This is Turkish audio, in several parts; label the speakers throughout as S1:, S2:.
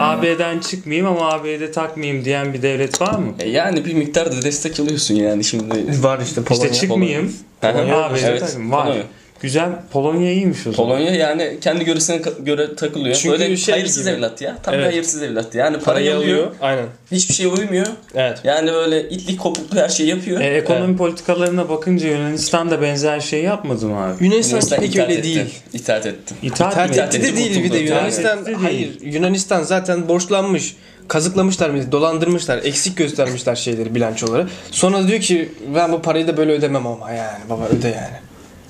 S1: AB'den çıkmayayım ama AB'de takmayayım diyen bir devlet var mı?
S2: E Yani bir miktar da destek alıyorsun yani şimdi.
S3: Var işte Polonya.
S1: İşte çıkmayayım.
S2: Hı hı.
S1: AB'de
S2: Evet,
S1: takmayayım. Var.
S2: Polonya.
S1: Güzel. Polonya iyiymiş o zaman.
S2: Polonya yani kendi göresine ka- göre takılıyor.
S3: Çünkü
S2: Böyle
S3: şey
S2: hayırsız
S3: gibi.
S2: evlat ya. Tam
S3: Evet.
S2: bir hayırsız evlat. Yani parayı
S3: Parayı
S2: alıyor.
S3: alıyor. Aynen.
S2: Hiçbir şeye uymuyor.
S3: Evet.
S2: Yani böyle itlik kopuklu her şeyi yapıyor.
S1: E, ekonomi politikalarına bakınca Yunanistan da benzer şey yapmadı mı abi?
S3: Yunanistan
S2: Yunanistan
S3: pek
S2: itaat
S3: öyle
S2: etti.
S3: değil.
S2: İtaat etti.
S1: İtaat,
S3: Terk
S1: mi?
S2: İtaat
S3: etti de
S2: etti,
S3: değil bir de
S2: kurtuldu.
S3: Yunanistan.
S1: Terk etti de değil.
S3: Hayır. Yunanistan zaten borçlanmış. Kazıklamışlar bizi, dolandırmışlar, eksik göstermişler şeyleri bilançoları. Sonra diyor ki ben bu parayı da böyle ödemem ama yani baba öde yani.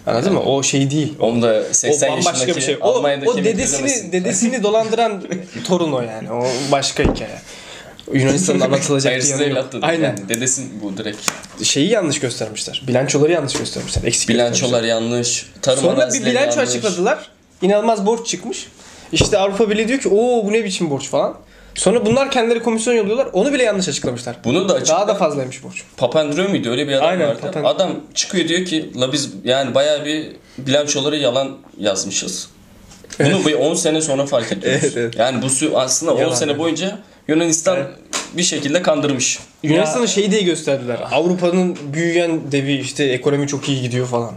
S3: Anladın mı? O şey değil.
S2: Onu da 80 yaşındaki
S3: şey. O,
S2: Almanya'daki
S3: o dedesini
S2: ödemesin.
S3: dedesini dolandıran torun o yani. O başka hikaye. Yunanistan'ın anlatılacak bir
S2: Hayırsız
S3: yanı yok.
S2: evlat da değil
S3: Aynen.
S2: yani. Dedesi bu direkt.
S3: Şeyi yanlış göstermişler. Bilançoları yanlış göstermişler. Eksik
S2: Bilançolar yanlış. Tarım
S3: göstermişler. Sonra bir
S2: arazileri
S3: bilanço
S2: yanlış.
S3: açıkladılar. İnanılmaz borç çıkmış. İşte Avrupa Birliği diyor ki o bu ne biçim borç falan. Sonra bunlar kendileri komisyon yolluyorlar. Onu bile yanlış açıklamışlar.
S2: Bunu da açık.
S3: Daha da fazlaymış borç.
S2: Papandreou muydu öyle bir adam
S3: Aynen,
S2: vardı.
S3: Papandreou.
S2: Adam çıkıyor diyor ki la biz yani bayağı bir bilançoları yalan yazmışız. Bunu bir 10 sene sonra fark ediyoruz.
S3: Evet, evet.
S2: Yani bu sü- aslında 10
S3: Yalan,
S2: sene
S3: evet.
S2: boyunca Yunanistan bir şekilde kandırmış.
S3: Yunanistan'ı şey diye gösterdiler. Avrupa'nın büyüyen devi işte ekonomi çok iyi gidiyor falan.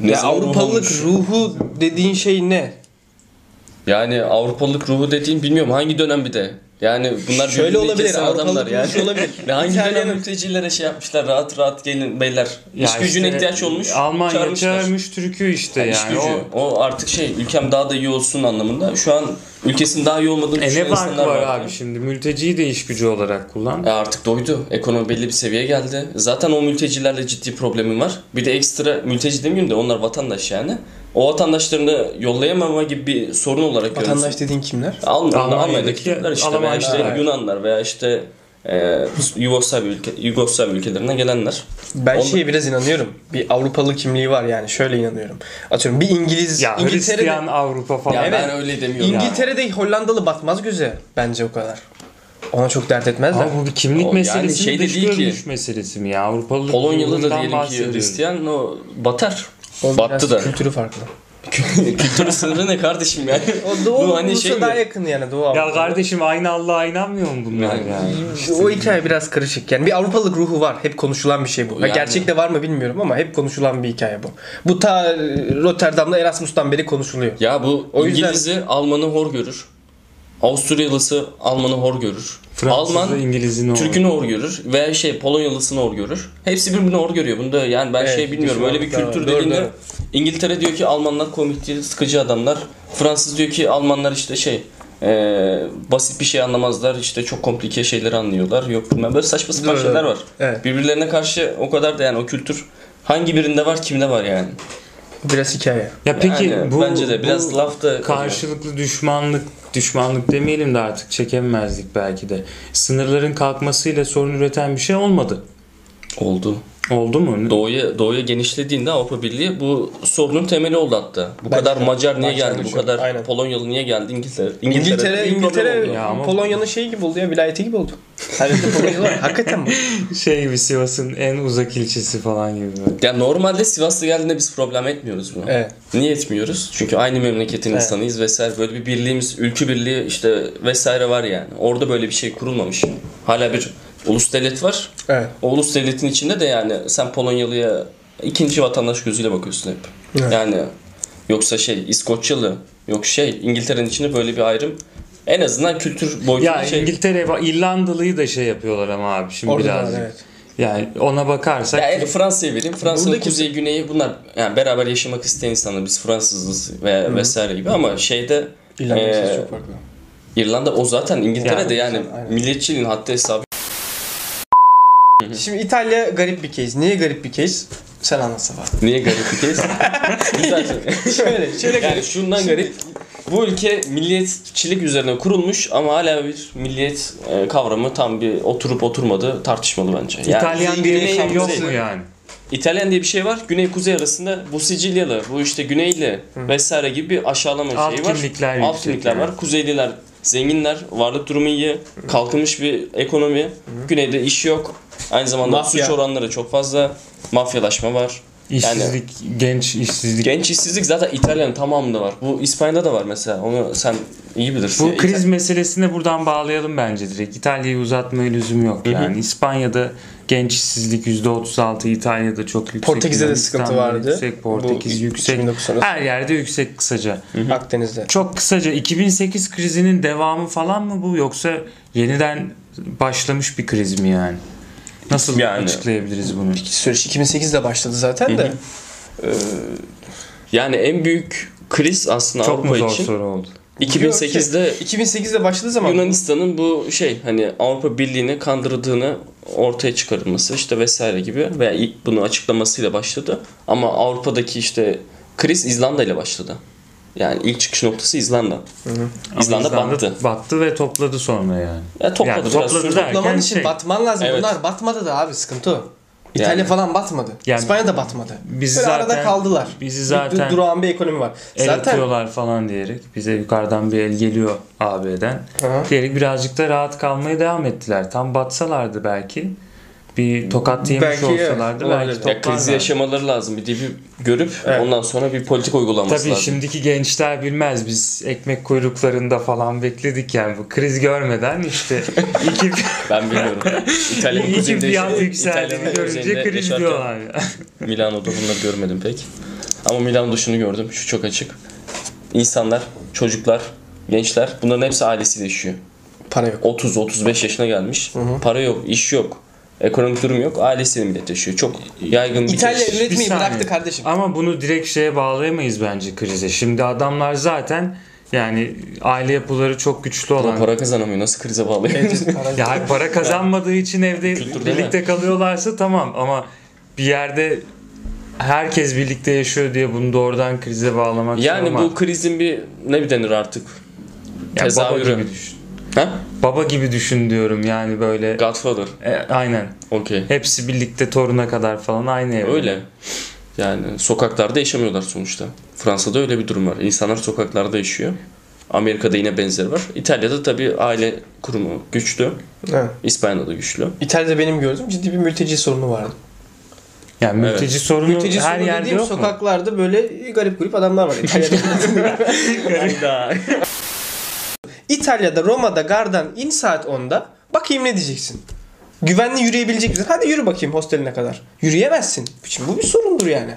S2: Ne
S3: ya
S2: zaman
S3: Avrupalılık
S2: olmuş?
S3: ruhu dediğin şey ne?
S2: Yani Avrupalılık ruhu dediğin bilmiyorum hangi dönem bir de. Yani bunlar
S3: Şöyle
S2: birbirini
S3: olabilir.
S2: kesen
S3: Avrupalılık
S2: adamlar yani.
S3: yani. olabilir.
S2: Ve hangi dönem
S3: İtalyan
S2: mültecilere şey yapmışlar rahat rahat gelin beyler.
S1: Ya
S2: İş gücüne
S1: işte
S2: ihtiyaç olmuş.
S1: Almanya
S2: çağırmışlar.
S1: çağırmış Türk'ü işte
S2: Yani
S1: yani.
S2: gücü.
S1: O,
S2: O... artık şey ülkem daha da iyi olsun anlamında. Şu an ülkesinin daha iyi olmadığını
S1: e ne
S2: düşünen
S1: farkı
S2: insanlar
S1: var abi şimdi? Mülteciyi de iş gücü olarak kullan.
S2: E artık doydu. Ekonomi belli bir seviyeye geldi. Zaten o mültecilerle ciddi problemim var. Bir de ekstra mülteci demeyeyim de onlar vatandaş yani. O vatandaşlarını yollayamama gibi bir sorun olarak görüyorsun.
S3: Vatandaş dediğin kimler?
S2: Alm-
S1: Almanya'daki
S2: Almanya'daki Türkler işte veya
S1: Almanlar.
S2: işte Yunanlar veya işte e, Yugoslavya, ülke, Yugoslavya ülkelerinden gelenler.
S3: Ben
S2: Onlar-
S3: şeye biraz inanıyorum. Bir Avrupalı kimliği var yani şöyle inanıyorum. Atıyorum bir İngiliz,
S1: Ya
S3: İngiltere'de,
S1: Hristiyan Avrupa falan.
S2: Ya
S3: Evet.
S2: ben öyle demiyorum.
S3: İngiltere'de Hollandalı batmaz göze bence o kadar. Ona çok dert etmezler.
S1: Ama bu bir kimlik
S2: O yani
S1: meselesi
S2: şey
S1: mi,
S2: de
S1: dış
S2: değil ki.
S1: görünüş meselesi mi ya? Avrupalılık
S2: Polonyalı da
S1: ruhundan
S2: diyelim ki
S1: bahsediyoruz.
S2: Hristiyan o batar.
S3: O
S2: Battı
S3: biraz
S2: da.
S3: Kültürü farklı.
S2: Kültür sınırı ne kardeşim yani?
S3: O Doğu
S2: Bu hani şey mi?
S3: daha yakın yani Doğu Avrupa.
S1: Ya kardeşim aynı Allah'a inanmıyor mu bunlar
S2: Yani-
S1: yani?
S3: o hikaye biraz karışık. Yani bir Avrupalık ruhu var. Hep konuşulan bir şey bu. Ha,
S2: Yani.
S3: Gerçekte var mı bilmiyorum ama hep konuşulan bir hikaye bu. Bu ta e, Rotterdam'da Erasmus'tan beri konuşuluyor.
S2: Ya bu
S3: O yüzden-
S2: İngiliz'i Alman'ı hor görür. Avstralyalısı Alman'ı hor görür.
S1: Fransız'ı,
S2: Alman
S1: İngiliz'ini olur.
S2: Türk'ünü hor görür veya şey Polonyalısını hor görür. Hepsi birbirini hor görüyor. Bunda yani ben
S3: Evet,
S2: şey bilmiyorum.
S3: düşmanlık
S2: Öyle bir
S3: da var.
S2: kültür
S3: Doğru,
S2: dediğinde
S3: doğru.
S2: İngiltere diyor ki Almanlar komik değil, sıkıcı adamlar. Fransız diyor ki Almanlar işte şey eee, basit bir şey anlamazlar. işte çok komplike şeyleri anlıyorlar. Yok bilmem böyle saçma sapan
S3: Doğru,
S2: şeyler
S3: doğru.
S2: var.
S3: Evet.
S2: Birbirlerine karşı o kadar da yani o kültür hangi birinde var kimde var yani.
S3: Biraz hikaye.
S1: Ya peki
S2: Yani
S1: bu
S2: bence de biraz
S1: bu
S2: laf da
S1: karşılıklı düşmanlık düşmanlık demeyelim de artık çekememezlik belki de. Sınırların kalkmasıyla sorun üreten bir şey olmadı.
S2: oldu.
S1: Oldu mu?
S2: Doğuya doğuya genişlediğinde Avrupa Birliği bu sorunun temeli oldu hatta. Bu
S3: Bence
S2: kadar
S3: de.
S2: Macar niye
S3: Bence de
S2: geldi? Bu
S3: çok.
S2: kadar
S3: Aynen.
S2: Polonyalı niye geldi? İngiltere
S3: İngiltere,
S2: bir problem oldu.
S3: İngiltere
S1: Ya ama-
S3: Polonya'nın şeyi gibi oldu ya, vilayeti gibi oldu. Her yerde Polonyalı var. Hakikaten mi?
S1: Şey gibi Sivas'ın en uzak ilçesi falan gibi. böyle.
S2: Ya normalde Sivaslı geldiğinde biz problem etmiyoruz bunu.
S3: Evet.
S2: Niye etmiyoruz? Çünkü aynı memleketin
S3: Evet.
S2: insanıyız vesaire. Böyle bir birliğimiz, ülkü birliği işte vesaire var yani. Orada böyle bir şey kurulmamış. Hala bir ulus devlet var.
S3: Evet.
S2: O ulus devletin içinde de yani sen Polonyalı'ya ikinci vatandaş gözüyle bakıyorsun hep.
S3: Evet.
S2: Yani yoksa şey İskoçyalı yok şey İngiltere'nin içinde böyle bir ayrım. En azından kültür boyutunda
S1: Ya
S2: şey.
S1: İngiltere, İrlandalı'yı da şey yapıyorlar ama abi şimdi
S3: Orada da var,
S1: birazcık.
S3: evet.
S1: Yani ona bakarsak
S2: Ya el Fransa'ya vereyim. Fransa'nın
S3: Buradaki-
S2: kuzeyi güneyi bunlar yani beraber yaşamak isteyen insanlar. Biz Fransızız ve vesaire gibi ama şeyde
S3: İrlanda'nın
S2: eee,
S3: sesi çok farklı.
S2: İrlanda o zaten İngiltere'de
S1: Ya,
S2: yani,
S3: aynen.
S2: milliyetçiliğin hatta hesabı.
S3: Şimdi İtalya garip bir case. Niye garip bir case? Sen anlatsana.
S2: Niye garip bir kez? Güzel.
S3: şöyle, şöyle
S2: Yani şundan garip. Bu ülke milliyetçilik üzerine kurulmuş ama hala bir milliyet e, kavramı tam bir oturup oturmadı tartışmalı bence. Yani
S1: İtalyan diye bir
S2: Güney-
S1: şey yok mu
S2: Kuzey-
S1: yani?
S2: İtalyan diye bir şey var. Güney kuzey arasında bu Sicilyalı, bu işte Güneyli vesaire gibi bir aşağılama
S1: Alt
S2: şeyi var.
S1: kimlikler
S2: Alt
S1: yüksek
S2: kimlikler var.
S1: yani.
S2: Kuzeyliler zenginler, varlık durumu iyi, kalkınmış bir ekonomi. Güneyde iş yok. Aynı zamanda
S3: Mafya.
S2: suç oranları çok fazla. Mafyalaşma var.
S1: İşsizlik, genç işsizlik.
S2: Genç işsizlik zaten İtalya'nın tamamında var. Bu İspanya'da da var mesela. Onu sen iyi bilirsin.
S1: Bu
S2: Ya,
S1: kriz meselesine buradan bağlayalım bence direkt. İtalya'yı uzatmaya lüzum yok. Yani İspanya'da genç işsizlik %36, İtalya'da çok yüksek.
S3: Portekiz'de de sıkıntı
S1: Yunanistan'da
S3: vardı.
S1: Yüksek, Portekiz
S3: Bu
S1: yüksek.
S3: 2009 sonrası.
S1: Her yerde yüksek kısaca.
S3: Akdeniz'de.
S1: Çok kısaca 2008 krizinin devamı falan mı bu yoksa yeniden başlamış bir kriz mi yani? Nasıl
S2: Yani-
S1: açıklayabiliriz bunu?
S3: Süreç 2008'de başladı zaten de.
S2: Yani en büyük kriz aslında
S1: Çok mu
S2: Avrupa
S1: zor
S2: için.
S1: soru oldu?
S3: Yok
S2: 2008'de
S3: şey, 2008'de başladığı zaman
S2: Yunanistan'ın bu şey hani Avrupa Birliği'ni kandırdığını ortaya çıkarılması işte vesaire gibi veya ilk bunu açıklamasıyla başladı. Ama Avrupa'daki işte kriz İzlanda ile başladı. Yani ilk çıkış noktası İzlanda.
S1: Ama
S2: İzlanda, battı.
S1: Battı ve topladı sonra yani.
S2: Ya topladı
S1: Yani
S2: biraz.
S1: topladı
S2: sürdü.
S1: da-
S3: toplaman
S1: erken
S3: için
S1: şey.
S3: batman lazım.
S2: Evet.
S3: Bunlar batmadı da abi sıkıntı o. İtalya
S2: Yani.
S3: falan batmadı.
S1: Yani
S3: İspanya da batmadı.
S1: Biz
S3: Böyle
S1: zaten,
S3: arada kaldılar.
S1: Bizi
S3: Zaten
S1: zaten
S3: durağan bir ekonomi var.
S1: el
S3: Zaten
S1: atıyorlar falan diyerek bize yukarıdan bir el geliyor AB'den
S3: Aha.
S1: diyerek birazcık da rahat kalmaya devam ettiler. Tam batsalardı belki bir tokat yemiş
S3: Belki, evet,
S1: olsalardı
S3: olabilir.
S1: belki
S2: Ya krizi
S1: toplarlardı.
S2: yaşamaları lazım. Bir dibi görüp
S3: Evet.
S2: ondan sonra bir politik uygulanması
S1: Tabii
S2: lazım.
S1: şimdiki gençler bilmez biz ekmek kuyruklarında falan bekledik yani bu kriz görmeden işte iki,
S2: Ben bilmiyorum. İtalya'nın
S1: iki
S2: kuzeyinde
S1: fiyat
S2: yaşayan-
S1: yükseldiğini
S2: İtalya'nın
S1: görünce
S2: kuzeyinde
S1: kriz
S2: yaşarken
S1: diyorlar.
S2: Milano'da bunları görmedim pek. Ama Milano'da şunu gördüm. Şu çok açık. İnsanlar, çocuklar, gençler bunların hepsi ailesiyle yaşıyor.
S3: para yok.
S2: 30-35 yaşına gelmiş. Para yok, iş yok. Ekonomik durum yok. Ailesiyle millet yaşıyor. Çok yaygın bir
S3: İtalya
S2: şey.
S3: üretmeyi
S1: saniye.
S3: bıraktı kardeşim.
S1: Ama bunu direkt şeye bağlayamayız bence krize. Şimdi adamlar zaten yani aile yapıları çok güçlü
S2: Ama
S1: olan
S2: para kazanamıyor. Nasıl krize bağlayayım?
S1: Ya hayır, para kazanmadığı için evde
S2: Kültür değil
S1: birlikte kalıyorlarsa tamam ama bir yerde herkes birlikte yaşıyor diye bunu doğrudan krize bağlamak
S2: yani
S1: zorlamaz.
S2: bu krizin bir ne bir denir artık?
S1: Ya baba
S2: tezahürü.
S1: gibi düşün.
S2: Ha?
S1: Baba gibi düşün diyorum yani böyle.
S2: Godfather.
S1: E, aynen.
S2: Okey.
S1: Hepsi birlikte toruna kadar falan aynı evde.
S2: E, Öyle. Yani sokaklarda yaşamıyorlar sonuçta. Fransa'da öyle bir durum var. İnsanlar sokaklarda yaşıyor. Amerika'da yine benzeri var. İtalya'da tabii aile kurumu güçlü.
S3: Evet.
S2: İspanya'da da güçlü.
S3: İtalya'da benim gördüğüm ciddi bir mülteci sorunu vardı.
S1: Yani
S2: Evet.
S1: mülteci sorunu
S3: Mülteci
S1: her
S3: sorunu
S1: yerde
S3: dediğim
S1: yok mu?
S3: sokaklarda böyle garip grup adamlar var. İtalya'da. İtalya'da Roma'da gardan in saat 10'da bakayım ne diyeceksin. Güvenli yürüyebilecek misin? Hadi yürü bakayım hosteline kadar. Yürüyemezsin. Şimdi bu bir sorundur yani.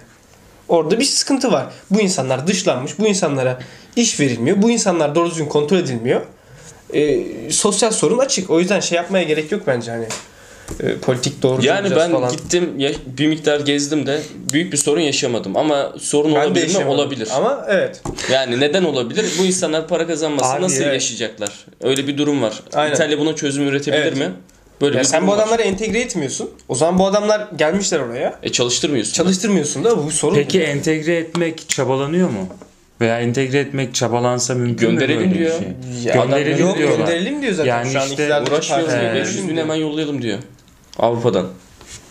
S3: Orada bir sıkıntı var. Bu insanlar dışlanmış. Bu insanlara iş verilmiyor. Bu insanlar doğru düzgün kontrol edilmiyor. Ee, sosyal sorun açık. O yüzden şey yapmaya gerek yok bence hani. Ee, politik doğru
S2: Yani
S3: duracağız
S2: ben
S3: falan.
S2: gittim ya- bir miktar gezdim de büyük bir sorun yaşamadım. Ama sorun
S3: Ben de
S2: olabilir mi?
S3: yaşamadım.
S2: Olabilir.
S3: Ama evet.
S2: Yani neden olabilir? Bu insanlar para kazanmasın
S1: Abi,
S2: nasıl
S1: evet.
S2: yaşayacaklar? Öyle bir durum var.
S3: Aynen.
S2: İtalya buna çözüm üretebilir
S3: Evet.
S2: mi? Böyle
S3: Ya
S2: bir
S3: sen
S2: durum
S3: bu
S2: var.
S3: adamları entegre etmiyorsun. O zaman bu adamlar gelmişler oraya.
S2: E çalıştırmıyorsun.
S3: Çalıştırmıyorsun da bu bir sorun.
S1: Peki entegre etmek çabalanıyor mu? Veya entegre etmek çabalansa mümkün mü
S2: Gönderelim
S1: böyle bir
S2: diyor.
S1: şey?
S3: Ya
S1: Gönderelim
S3: yok,
S1: diyorlar.
S3: Gönderelim diyor zaten.
S1: Yani
S3: Şu an
S1: işte
S3: iktidarda
S2: Uğraşmıyoruz
S3: parti-
S2: diyor.
S1: Ee,
S2: 500 bin hemen yollayalım diyor. Avrupa'dan.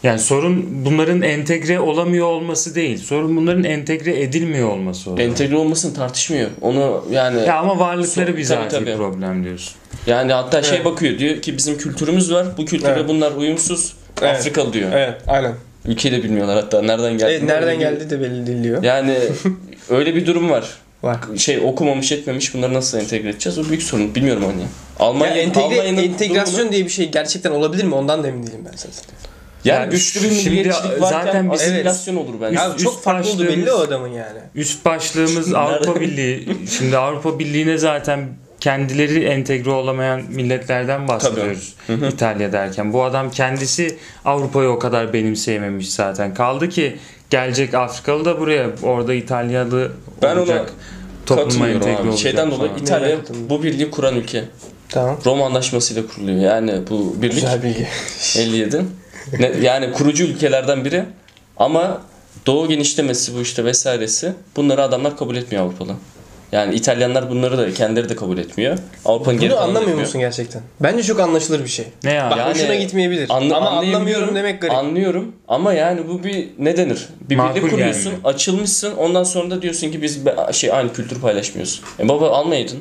S1: Yani sorun bunların entegre olamıyor olması değil. Sorun bunların entegre edilmiyor olması. orada.
S2: Entegre olmasını tartışmıyor. Onu yani
S1: Ya ama varlıkları
S2: Sorun-
S1: bir
S2: tabii,
S1: zaten
S2: tabii.
S1: problem diyorsun.
S2: yani hatta şey
S3: Evet.
S2: bakıyor diyor ki bizim kültürümüz var. Bu kültüre
S3: Evet.
S2: bunlar uyumsuz.
S3: Evet.
S2: Afrikalı diyor.
S3: Evet aynen.
S2: Ülkeyi de bilmiyorlar hatta nereden geldi.
S3: Evet, nereden geldi de belli değil diyor.
S2: Yani öyle bir durum var.
S3: Var.
S2: Şey okumamış etmemiş bunları nasıl entegre edeceğiz? O büyük sorun. Bilmiyorum hani. Almanya,
S3: Ya entegre,
S2: Almanya'nın
S3: entegrasyon
S2: durumunu-
S3: diye bir şey gerçekten olabilir mi? Ondan da emin değilim ben zaten.
S2: yani,
S1: Yani
S2: güçlü bir
S1: şimdi
S2: milliyetçilik varken
S1: zaten biz-
S2: asimilasyon olur bence.
S1: Üst-
S3: Abi çok
S1: üst
S3: farklı oldu belli
S1: başlığımız-
S3: o adamın yani.
S1: Üst başlığımız Avrupa Birliği. Şimdi Avrupa Birliği'ne zaten kendileri entegre olamayan milletlerden bahsediyoruz. İtalya derken. Bu adam kendisi Avrupa'yı o kadar benimseyememiş zaten. Kaldı ki gelecek Afrikalı da buraya. Orada İtalyalı
S2: Ben ona
S1: olacak. Topluma
S2: Katılıyorum
S1: entegre
S2: abi.
S1: olacak
S2: Şeyden dolayı
S1: falan.
S2: İtalya
S3: Neden katılmıyor?
S2: bu birliği kuran ülke.
S3: Tamam.
S2: Roma anlaşmasıyla kuruluyor. Yani bu birlik
S3: Güzel bilgi.
S2: 57. Ne- yani kurucu ülkelerden biri ama doğu genişlemesi bu işte vesairesi bunları adamlar kabul etmiyor Avrupalı. Yani İtalyanlar bunları da kendileri de kabul etmiyor. Avrupa'nın geri
S3: Bunu
S2: kalanı
S3: anlamıyor
S2: etmiyor.
S3: musun gerçekten? Bence çok anlaşılır bir şey.
S1: Ne yani?
S3: Bak
S2: Yani-
S3: hoşuna gitmeyebilir.
S2: Anla-
S3: Ama
S2: anlayabiliyorum,
S3: anlamıyorum demek garip.
S2: Anlıyorum ama yani bu bir ne denir? Bir
S1: Makul
S2: birlik kuruyorsun,
S1: gelmiyor.
S2: açılmışsın. Ondan sonra da diyorsun ki biz be- şey aynı kültür paylaşmıyoruz. E baba almaydın.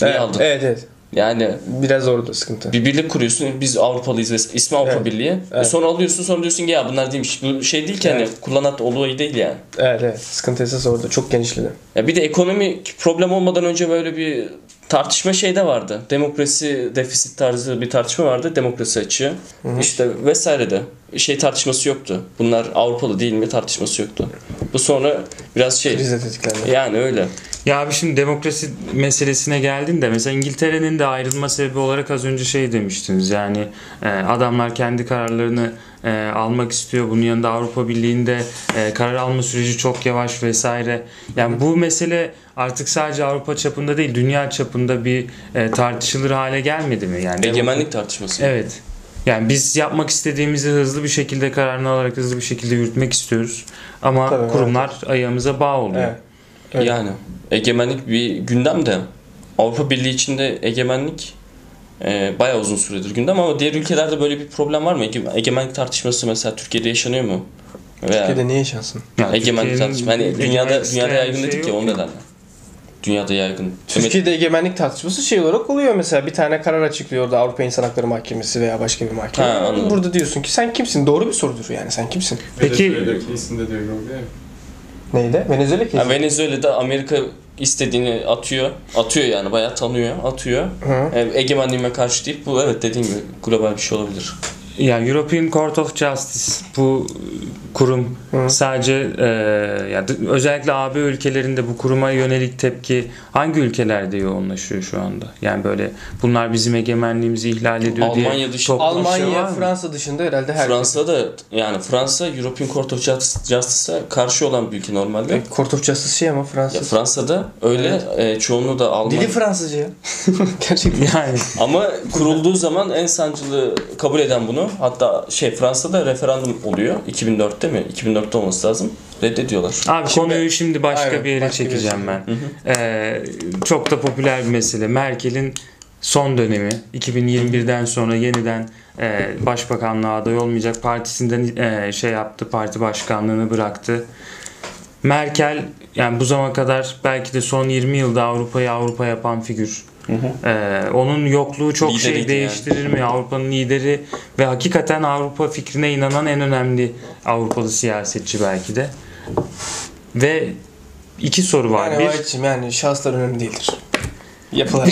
S2: Niye
S3: evet,
S2: aldın?
S3: evet evet.
S2: Yani
S3: Biraz orada sıkıntı.
S2: bir birlik kuruyorsun. Biz Avrupalıyız ve ismi Avrupa
S3: Evet.
S2: Birliği. E
S3: Evet.
S2: sonra alıyorsun sonra diyorsun ki ya bunlar değilmiş. Bu şey değil ki hani
S3: Evet.
S2: kullanat olayı değil yani.
S3: Evet evet. Sıkıntı esas orada. Çok genişledi.
S2: Ya bir de ekonomik problem olmadan önce böyle bir tartışma şey de vardı. Demokrasi defisit tarzı bir tartışma vardı. Demokrasi açığı. İşte vesaire de. Şey tartışması yoktu. Bunlar Avrupalı değil mi tartışması yoktu. Bu sonra biraz şey.
S3: Kriz de tetiklendi.
S2: Yani öyle.
S1: Ya abi şimdi demokrasi meselesine geldin de mesela İngiltere'nin de ayrılma sebebi olarak az önce şey demiştiniz yani e, adamlar kendi kararlarını e, almak istiyor. Bunun yanında Avrupa Birliği'nde e, karar alma süreci çok yavaş vesaire. Yani bu mesele artık sadece Avrupa çapında değil dünya çapında bir e, tartışılır hale gelmedi mi? Yani
S2: Egemenlik tartışması.
S1: Evet. Yani biz yapmak istediğimizi hızlı bir şekilde kararını alarak hızlı bir şekilde yürütmek istiyoruz. Ama
S3: Tabii,
S1: kurumlar ayağımıza bağ oluyor.
S3: Evet. Evet.
S2: Yani egemenlik bir gündem de Avrupa Birliği içinde egemenlik e, bayağı uzun süredir gündem ama diğer ülkelerde böyle bir problem var mı? Ege- Egemenlik tartışması mesela Türkiye'de yaşanıyor mu? Veya
S3: Türkiye'de niye yaşansın?
S1: Yani
S2: egemenlik
S1: Türkiye'nin
S2: tartışması. Hani
S1: egemenlik
S2: dünyada
S1: isteyen
S2: dünyada
S1: bir
S2: yaygın
S1: şey
S2: dedik ya
S1: yok
S2: o
S1: ki.
S2: nedenle. Dünyada yaygın.
S3: Türkiye'de egemenlik tartışması şey olarak oluyor mesela bir tane karar açıklıyor da Avrupa İnsan Hakları Mahkemesi veya başka bir mahkeme.
S2: Ha, anladım.
S3: Burada diyorsun ki sen kimsin? Doğru bir sorudur yani sen kimsin?
S1: Peki-
S4: Venezuela case'inde de öyle oldu ya.
S3: Neydi? Venezuela
S2: Evet.
S3: kesin.
S2: Ha, Venezuela'da Amerika istediğini atıyor. Atıyor yani bayağı tanıyor, atıyor.
S3: Hı.
S2: E, egemenliğime karşı değil. Bu evet dediğim gibi global bir şey olabilir.
S1: Ya European Court of Justice bu kurum
S3: Hı.
S1: sadece e, ya d- özellikle AB ülkelerinde bu kuruma yönelik tepki hangi ülkelerde yoğunlaşıyor şu anda? Yani böyle bunlar bizim egemenliğimizi ihlal ediyor diye
S2: Almanya dışı-
S1: toplu bir şey
S3: Almanya,
S1: var mı?
S3: Fransa dışında herhalde her
S2: Fransa'da yani Fransa European Court of Justice- Justice'a karşı olan bir ülke normalde.
S3: E, Court of Justice şey ama Fransız.
S2: Ya Fransa'da öyle e, çoğunluğu da Alman.
S3: Dili Fransızca ya. Gerçekten.
S1: Yani
S2: Ama kurulduğu zaman en sancılı kabul eden bunu. Hatta şey Fransa'da referandum oluyor. 2004'te mi? 2004'te olması lazım. Reddediyorlar.
S1: Abi konuyu şimdi başka
S3: Aynen,
S1: bir yere
S3: başka bir yere
S1: çekeceğim ben. Ee, çok da popüler bir mesele. Merkel'in son dönemi 2021'den sonra yeniden e, başbakanlığa aday olmayacak partisinden e, şey yaptı, parti başkanlığını bıraktı. Merkel yani bu zamana kadar belki de son 20 yılda Avrupa'yı Avrupa yapan figür. Ee, onun yokluğu çok
S2: Lideriydi
S1: şey
S2: yani.
S1: değiştirir mi? Avrupa'nın lideri ve hakikaten Avrupa fikrine inanan en önemli Avrupalı siyasetçi belki de. Ve iki soru var.
S3: Yani
S1: bir,
S3: Vahit'cim yani şahıslar önemli değildir. Yapılar.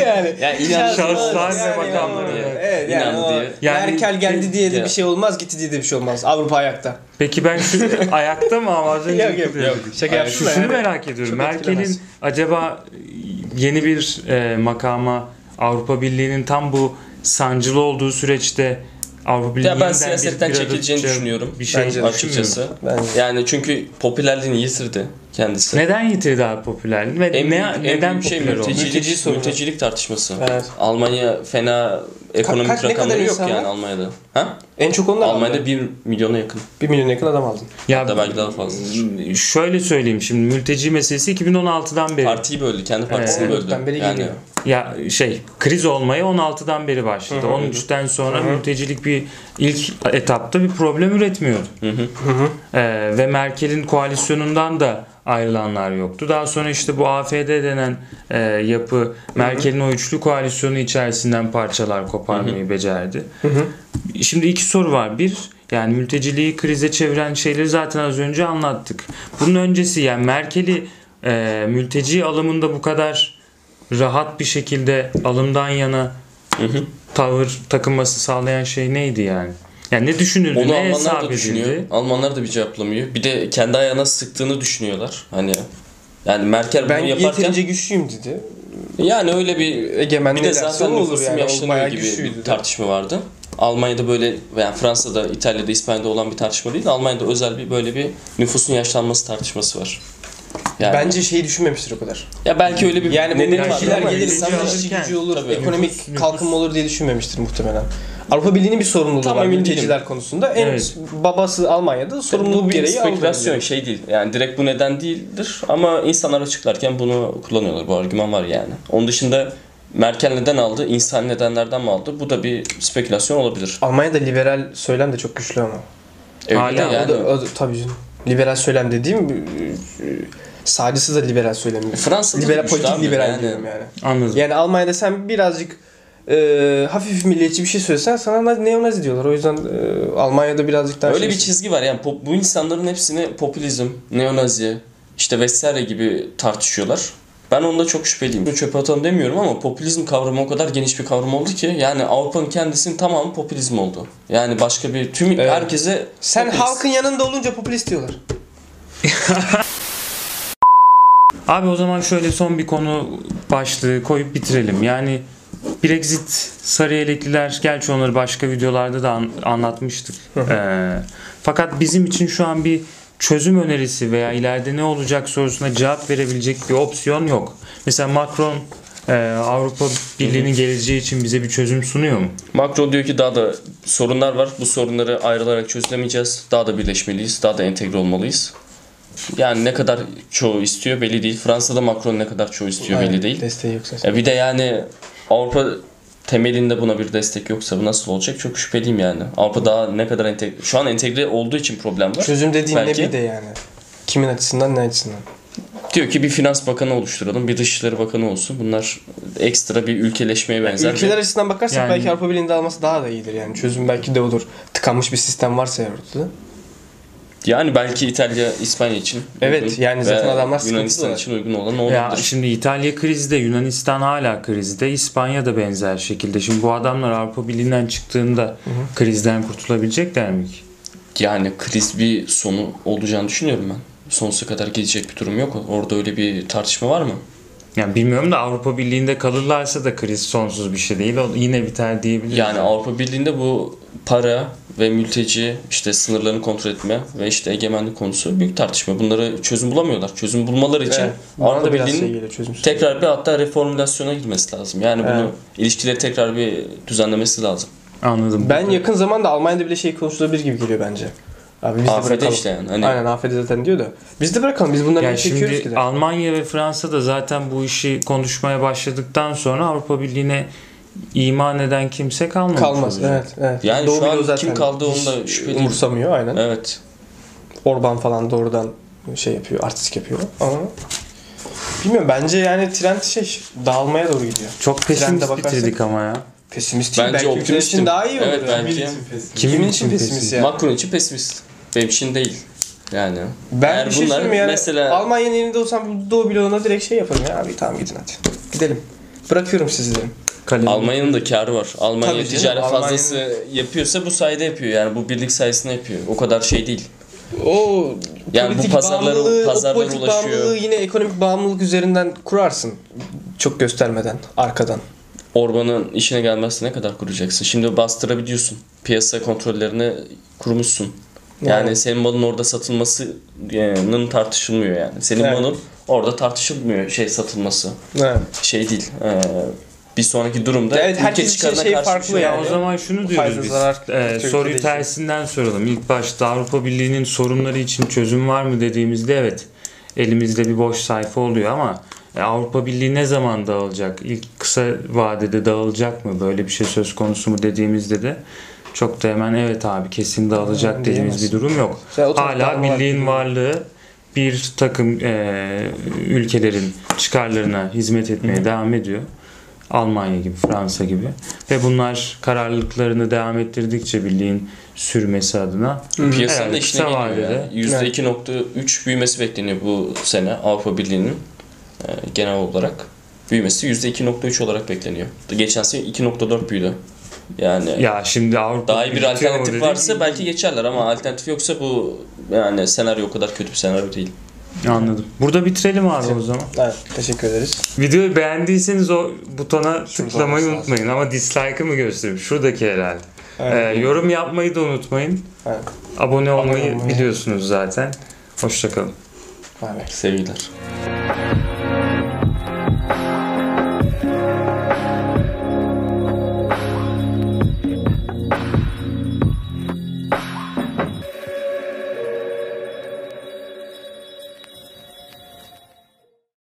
S3: yani.
S2: Yani inan
S1: Şahıslar ve makamları.
S3: Evet, yani
S2: İnandı
S3: o
S2: diye.
S1: Yani-
S3: Merkel geldi diye de
S2: Ya.
S3: bir şey olmaz, gitti diye de bir şey olmaz. Avrupa ayakta.
S1: peki ben şu ayakta mı ama az önce
S3: Yok, yok,
S1: okudum.
S3: Şaka
S2: Ayak-
S1: Şu-
S3: yapsın
S1: Şunu merak ediyorum.
S3: Çok
S1: Merkel'in
S3: etkilemez.
S1: acaba yeni bir e, makama Avrupa Birliği'nin tam bu sancılı olduğu süreçte Avrupa Birliği'nden
S2: Ya ben
S1: bir-
S2: siyasetten
S1: bir arada
S2: çekileceğini
S1: tutacağı
S2: düşünüyorum.
S1: Bir şey
S3: Bence de
S1: açıkçası.
S2: açıkçası.
S3: Ben
S2: Yani çünkü popülerliğini yitirdi kendisi.
S1: Neden yitirdi abi popülerliğini ve
S2: En
S1: ne,
S2: büyük- en
S1: neden
S2: büyük şey
S1: popüler oldu?
S2: mültecilik,
S3: Mülteci sorunu.
S2: mültecilik tartışması.
S3: Evet.
S2: Almanya fena ekonomik
S3: kaç- ne
S2: rakamları
S3: kadar
S2: yok
S3: insan
S2: yani
S3: var?
S2: Almanya'da. Ha?
S3: en çok onlar
S2: Almanya'da
S3: Almanya'da
S2: 1 milyona yakın.
S3: 1 milyon yakın adam aldın.
S1: Ya
S2: Hatta belki daha fazladır.
S1: şöyle söyleyeyim şimdi mülteci meselesi 2016'dan beri.
S2: Partiyi böldü. Kendi partisini
S1: Evet.
S2: böldü.
S3: Onluktan beri
S2: Ee, Yani
S3: geliyor.
S1: Ya şey kriz olmaya 16'dan beri başladı. 13'ten sonra mültecilik bir ilk etapta bir problem üretmiyordu. Ee, ve Merkel'in koalisyonundan da ayrılanlar yoktu. Daha sonra işte bu AFD denen e, yapı Merkel'in o üçlü koalisyonu içerisinden parçalar koparmayı becerdi. Şimdi iki soru var. Bir yani mülteciliği krize çeviren şeyleri zaten az önce anlattık. Bunun öncesi yani Merkel'i e, mülteci alımında bu kadar rahat bir şekilde alımdan yana tavır takınması sağlayan şey neydi yani? Yani ne düşünüldü,
S2: onu
S1: ne
S2: Almanlar
S1: hesap
S2: da düşünüyor.
S1: edildi?
S2: Almanlar da bir cevaplamıyor. Bir de kendi ayağına sıktığını düşünüyorlar. Hani yani Merkel
S3: Ben
S2: bunu yaparken
S3: yeterince güçlüyüm dedi.
S2: yani öyle bir
S3: Egemen
S2: bir
S3: ne
S2: de
S3: derse o
S2: zaten
S3: olur
S2: nüfusum
S3: yani. O
S2: yaşlanıyor
S3: bayağı
S2: gibi
S3: güçlüydü.
S2: bir tartışma vardı. Almanya'da böyle yani Fransa'da, İtalya'da, İspanya'da olan bir tartışma değil. Almanya'da özel bir böyle bir nüfusun yaşlanması tartışması var. Yani
S3: Bence şeyi düşünmemiştir o kadar.
S2: ya belki öyle bir
S3: Yani bu
S2: nedeni var
S3: mülteciler
S2: ama-
S1: Tabii.
S3: gelir, insanlar
S1: Mülteci
S3: işçi gücü
S1: alırken,
S3: olur,
S2: tabii.
S3: ekonomik
S1: Nüfus- nüfus.
S3: kalkınma olur diye düşünmemiştir muhtemelen. Avrupa Birliği'nin bir sorumluluğu
S2: Tam
S3: var
S2: emin
S3: mülteciler konusunda. En
S1: Evet.
S3: babası Almanya'da
S2: Bu
S3: sorumluluk
S2: bir
S3: gereği Avrupa
S2: spekülasyon
S3: Birliği.
S2: şey değil. Yani direkt bu neden değildir ama insanlar açıklarken bunu kullanıyorlar. Bu argüman var yani. Onun dışında Merkel neden aldı? İnsan nedenlerden mi aldı? Bu da bir spekülasyon olabilir.
S3: Almanya'da liberal söylem de çok güçlü ama.
S2: Öyle
S1: Hala
S2: de
S1: o
S2: yani.
S3: O da, o da- tabii canım. Liberal söylem dediğim e, e, Sağcısı da liberal söylemiyor.
S2: Fransa'da
S3: liberal,
S2: duymuş
S3: politik
S2: abi,
S3: liberal
S2: yani.
S3: diyorum yani.
S1: Anladım.
S3: Yani Almanya'da sen birazcık e, hafif milliyetçi bir şey söylesen sana na- neonazi diyorlar. O yüzden e, Almanya'da birazcık daha
S2: Öyle
S3: şey-
S2: bir çizgi var yani pop- bu insanların hepsini popülizm, neonazi, işte vesaire gibi tartışıyorlar. Ben onda çok şüpheliyim. Bunu Çöpe atalım demiyorum ama popülizm kavramı o kadar geniş bir kavram oldu ki yani Avrupa'nın kendisinin tamamı popülizm oldu. Yani başka bir tüm
S3: Evet.
S2: herkese
S3: Sen
S2: popülist.
S3: halkın yanında olunca popülist diyorlar.
S1: Abi o zaman şöyle son bir konu başlığı koyup bitirelim. Yani Brexit, sarı yelekliler, gerçi onları başka videolarda da an- anlatmıştık. Ee, fakat bizim için şu an bir çözüm önerisi veya ileride ne olacak sorusuna cevap verebilecek bir opsiyon yok. Mesela Macron e, Avrupa Birliği'nin geleceği için bize bir çözüm sunuyor mu?
S2: Macron diyor ki daha da sorunlar var. Bu sorunları ayrılarak çözülemeyeceğiz. Daha da birleşmeliyiz. Daha da entegre olmalıyız. Yani ne kadar çoğu istiyor belli değil. Fransa'da Macron ne kadar çoğu istiyor belli
S3: Aynen,
S2: değil.
S3: Desteği yoksa.
S2: Ya bir de yani Avrupa temelinde buna bir destek yoksa bu nasıl olacak? Çok şüpheliyim yani. Avrupa daha ne kadar entegre... Şu an entegre olduğu için problem var.
S3: Çözüm dediğin
S2: Belki.
S3: ne bir de yani. Kimin açısından ne açısından.
S2: Diyor ki bir finans bakanı oluşturalım. Bir dışişleri bakanı olsun. Bunlar ekstra bir ülkeleşmeye benzer. bir-
S3: Ülkeler açısından bakarsak
S1: Yani-
S3: belki Avrupa Birliği'nde alması daha da iyidir yani. Çözüm belki de olur. Tıkanmış bir sistem varsa eğer ortada.
S2: Yani belki İtalya, İspanya için.
S3: Evet, yani zaten
S2: ve
S3: adamlar sıkıntılı
S2: Yunanistan
S3: olarak.
S2: için uygun olan o
S1: Ya
S2: olabilir.
S1: şimdi İtalya krizde, Yunanistan hala krizde, İspanya da benzer şekilde. Şimdi bu adamlar Avrupa Birliği'nden çıktığında krizden kurtulabilecekler mi ki?
S2: Yani kriz bir sonu olacağını düşünüyorum ben. Sonsuza kadar gidecek bir durum yok. Orada öyle bir tartışma var mı?
S1: Yani bilmiyorum da Avrupa Birliği'nde kalırlarsa da kriz sonsuz bir şey değil. O yine biter diyebiliriz.
S2: Yani Avrupa Birliği'nde bu para ve mülteci işte sınırlarını kontrol etme ve işte egemenlik konusu büyük tartışma. Bunlara çözüm bulamıyorlar. Çözüm bulmaları için
S3: Evet, bana
S2: Avrupa
S3: da biraz şey
S2: Birliği'nin
S3: geliyor çözüm.
S2: tekrar bir hatta reformülasyona girmesi lazım. Yani bunu
S3: Evet.
S2: ilişkileri tekrar bir düzenlemesi lazım.
S1: Anladım.
S3: Ben yakın zamanda Almanya'da bile şey konuşulabilir gibi geliyor bence. Abi biz de
S2: AFD
S3: bırakalım.
S2: işte yani. Hani
S3: Aynen AFD zaten diyor da. Biz de bırakalım biz bunları
S1: yani
S3: yani çekiyoruz ki
S1: şimdi
S3: de.
S1: Almanya ve Fransa da zaten bu işi konuşmaya başladıktan sonra Avrupa Birliği'ne iman eden kimse kalmamış
S3: Kalmaz
S1: olacak.
S3: evet evet.
S2: Yani şu
S3: Doğu
S2: an
S3: Bloğu zaten
S2: kim kaldı
S3: hiç
S2: onda şüpheliyim.
S3: Umursamıyor aynen.
S2: Evet.
S3: Orban falan doğrudan şey yapıyor artistik yapıyor ama bilmiyorum bence yani trend şey dağılmaya doğru gidiyor.
S1: Çok pesimist
S3: Trende bakarsak-
S1: bitirdik ama ya.
S3: Pesimist
S2: Bence
S3: belki ülkeler
S2: optimistim.
S3: için daha iyi olur.
S2: Evet,
S3: yani.
S2: belki.
S1: Kimin için pesimist?
S3: ya?
S2: Macron için pesimist. Benim için değil. Yani.
S3: Ben
S2: Eğer
S3: bir şey
S2: bunlar
S3: söyleyeyim mi yani
S2: mesela-
S3: Almanya'nın yerinde olsam bu Doğu bloğuna direkt şey yaparım ya abi tamam gidin hadi. Gidelim. Bırakıyorum sizi derim.
S1: Kalemi-
S2: Almanya'nın da karı var. Almanya
S3: Tabii canım,
S2: ticaret
S3: Almanya'nın-
S2: fazlası yapıyorsa bu sayede yapıyor. Yani bu birlik sayesinde yapıyor. O kadar şey değil.
S3: O
S2: Yani bu
S3: politik
S2: pazarlara-
S3: bağımlılığı,
S2: pazarlara
S3: o politik
S2: ulaşıyor.
S3: bağımlılığı yine ekonomik bağımlılık üzerinden kurarsın. Çok göstermeden, arkadan.
S2: Orban'ın işine gelmezse ne kadar kuracaksın? Şimdi bastırabiliyorsun. Piyasa kontrollerini kurmuşsun. Yani
S3: Yani.
S2: senin malın orada satılmasının tartışılmıyor yani. Senin
S3: Evet.
S2: malın orada tartışılmıyor şey satılması.
S3: Evet.
S2: Şey değil. Ee, bir sonraki durumda
S3: Evet, herkes için
S2: çıkarına
S3: şey
S2: karşı bir
S3: farklı
S2: şey
S3: yani.
S1: O
S2: yok.
S1: zaman şunu diyoruz
S3: fayda
S1: biz.
S3: zarar
S1: Ee,
S3: Türkiye'de
S1: soruyu
S3: işte.
S1: tersinden soralım. İlk başta Avrupa Birliği'nin sorunları için çözüm var mı dediğimizde evet elimizde bir boş sayfa oluyor ama e, Avrupa Birliği ne zaman dağılacak? İlk kısa vadede dağılacak mı? Böyle bir şey söz konusu mu dediğimizde de çok da hemen evet abi kesin dağılacak
S3: Yani
S1: dediğimiz bir
S3: diyemezsin.
S1: durum yok.
S3: Sen oturup
S1: Hala
S3: dağılma
S1: birliğin
S3: hakkı-
S1: varlığı bir takım e, ülkelerin çıkarlarına hizmet etmeye devam ediyor. Almanya gibi, Fransa gibi. Ve bunlar kararlılıklarını devam ettirdikçe birliğin sürmesi adına
S2: Piyasanın
S1: Herhalde
S2: da işine
S1: kısa
S2: geliyor ya.
S3: Evet.
S2: %2.3 büyümesi bekleniyor bu sene Avrupa Birliği'nin e, genel olarak. Büyümesi %2.3 olarak bekleniyor. Geçen sene 2.4 büyüdü. Yani
S1: ya şimdi Avrupa
S2: daha iyi bir
S1: Birliği bitiyor mu
S2: alternatif
S1: dedik.
S2: varsa belki geçerler ama alternatif yoksa bu yani senaryo o kadar kötü bir senaryo değil.
S1: Anladım. Burada bitirelim abi o zaman.
S3: Evet, teşekkür ederiz.
S1: Videoyu beğendiyseniz o butona
S3: Şurada
S1: tıklamayı
S3: olması lazım.
S1: unutmayın ama dislike'ı mı göstereyim? Şuradaki herhalde.
S3: Evet.
S1: Ee, yorum yapmayı da unutmayın.
S3: Evet.
S1: Abone olmayı
S3: olmayı.
S1: biliyorsunuz zaten. Hoşçakalın.
S3: Bay bay.
S2: Sevgiler.
S3: Bye.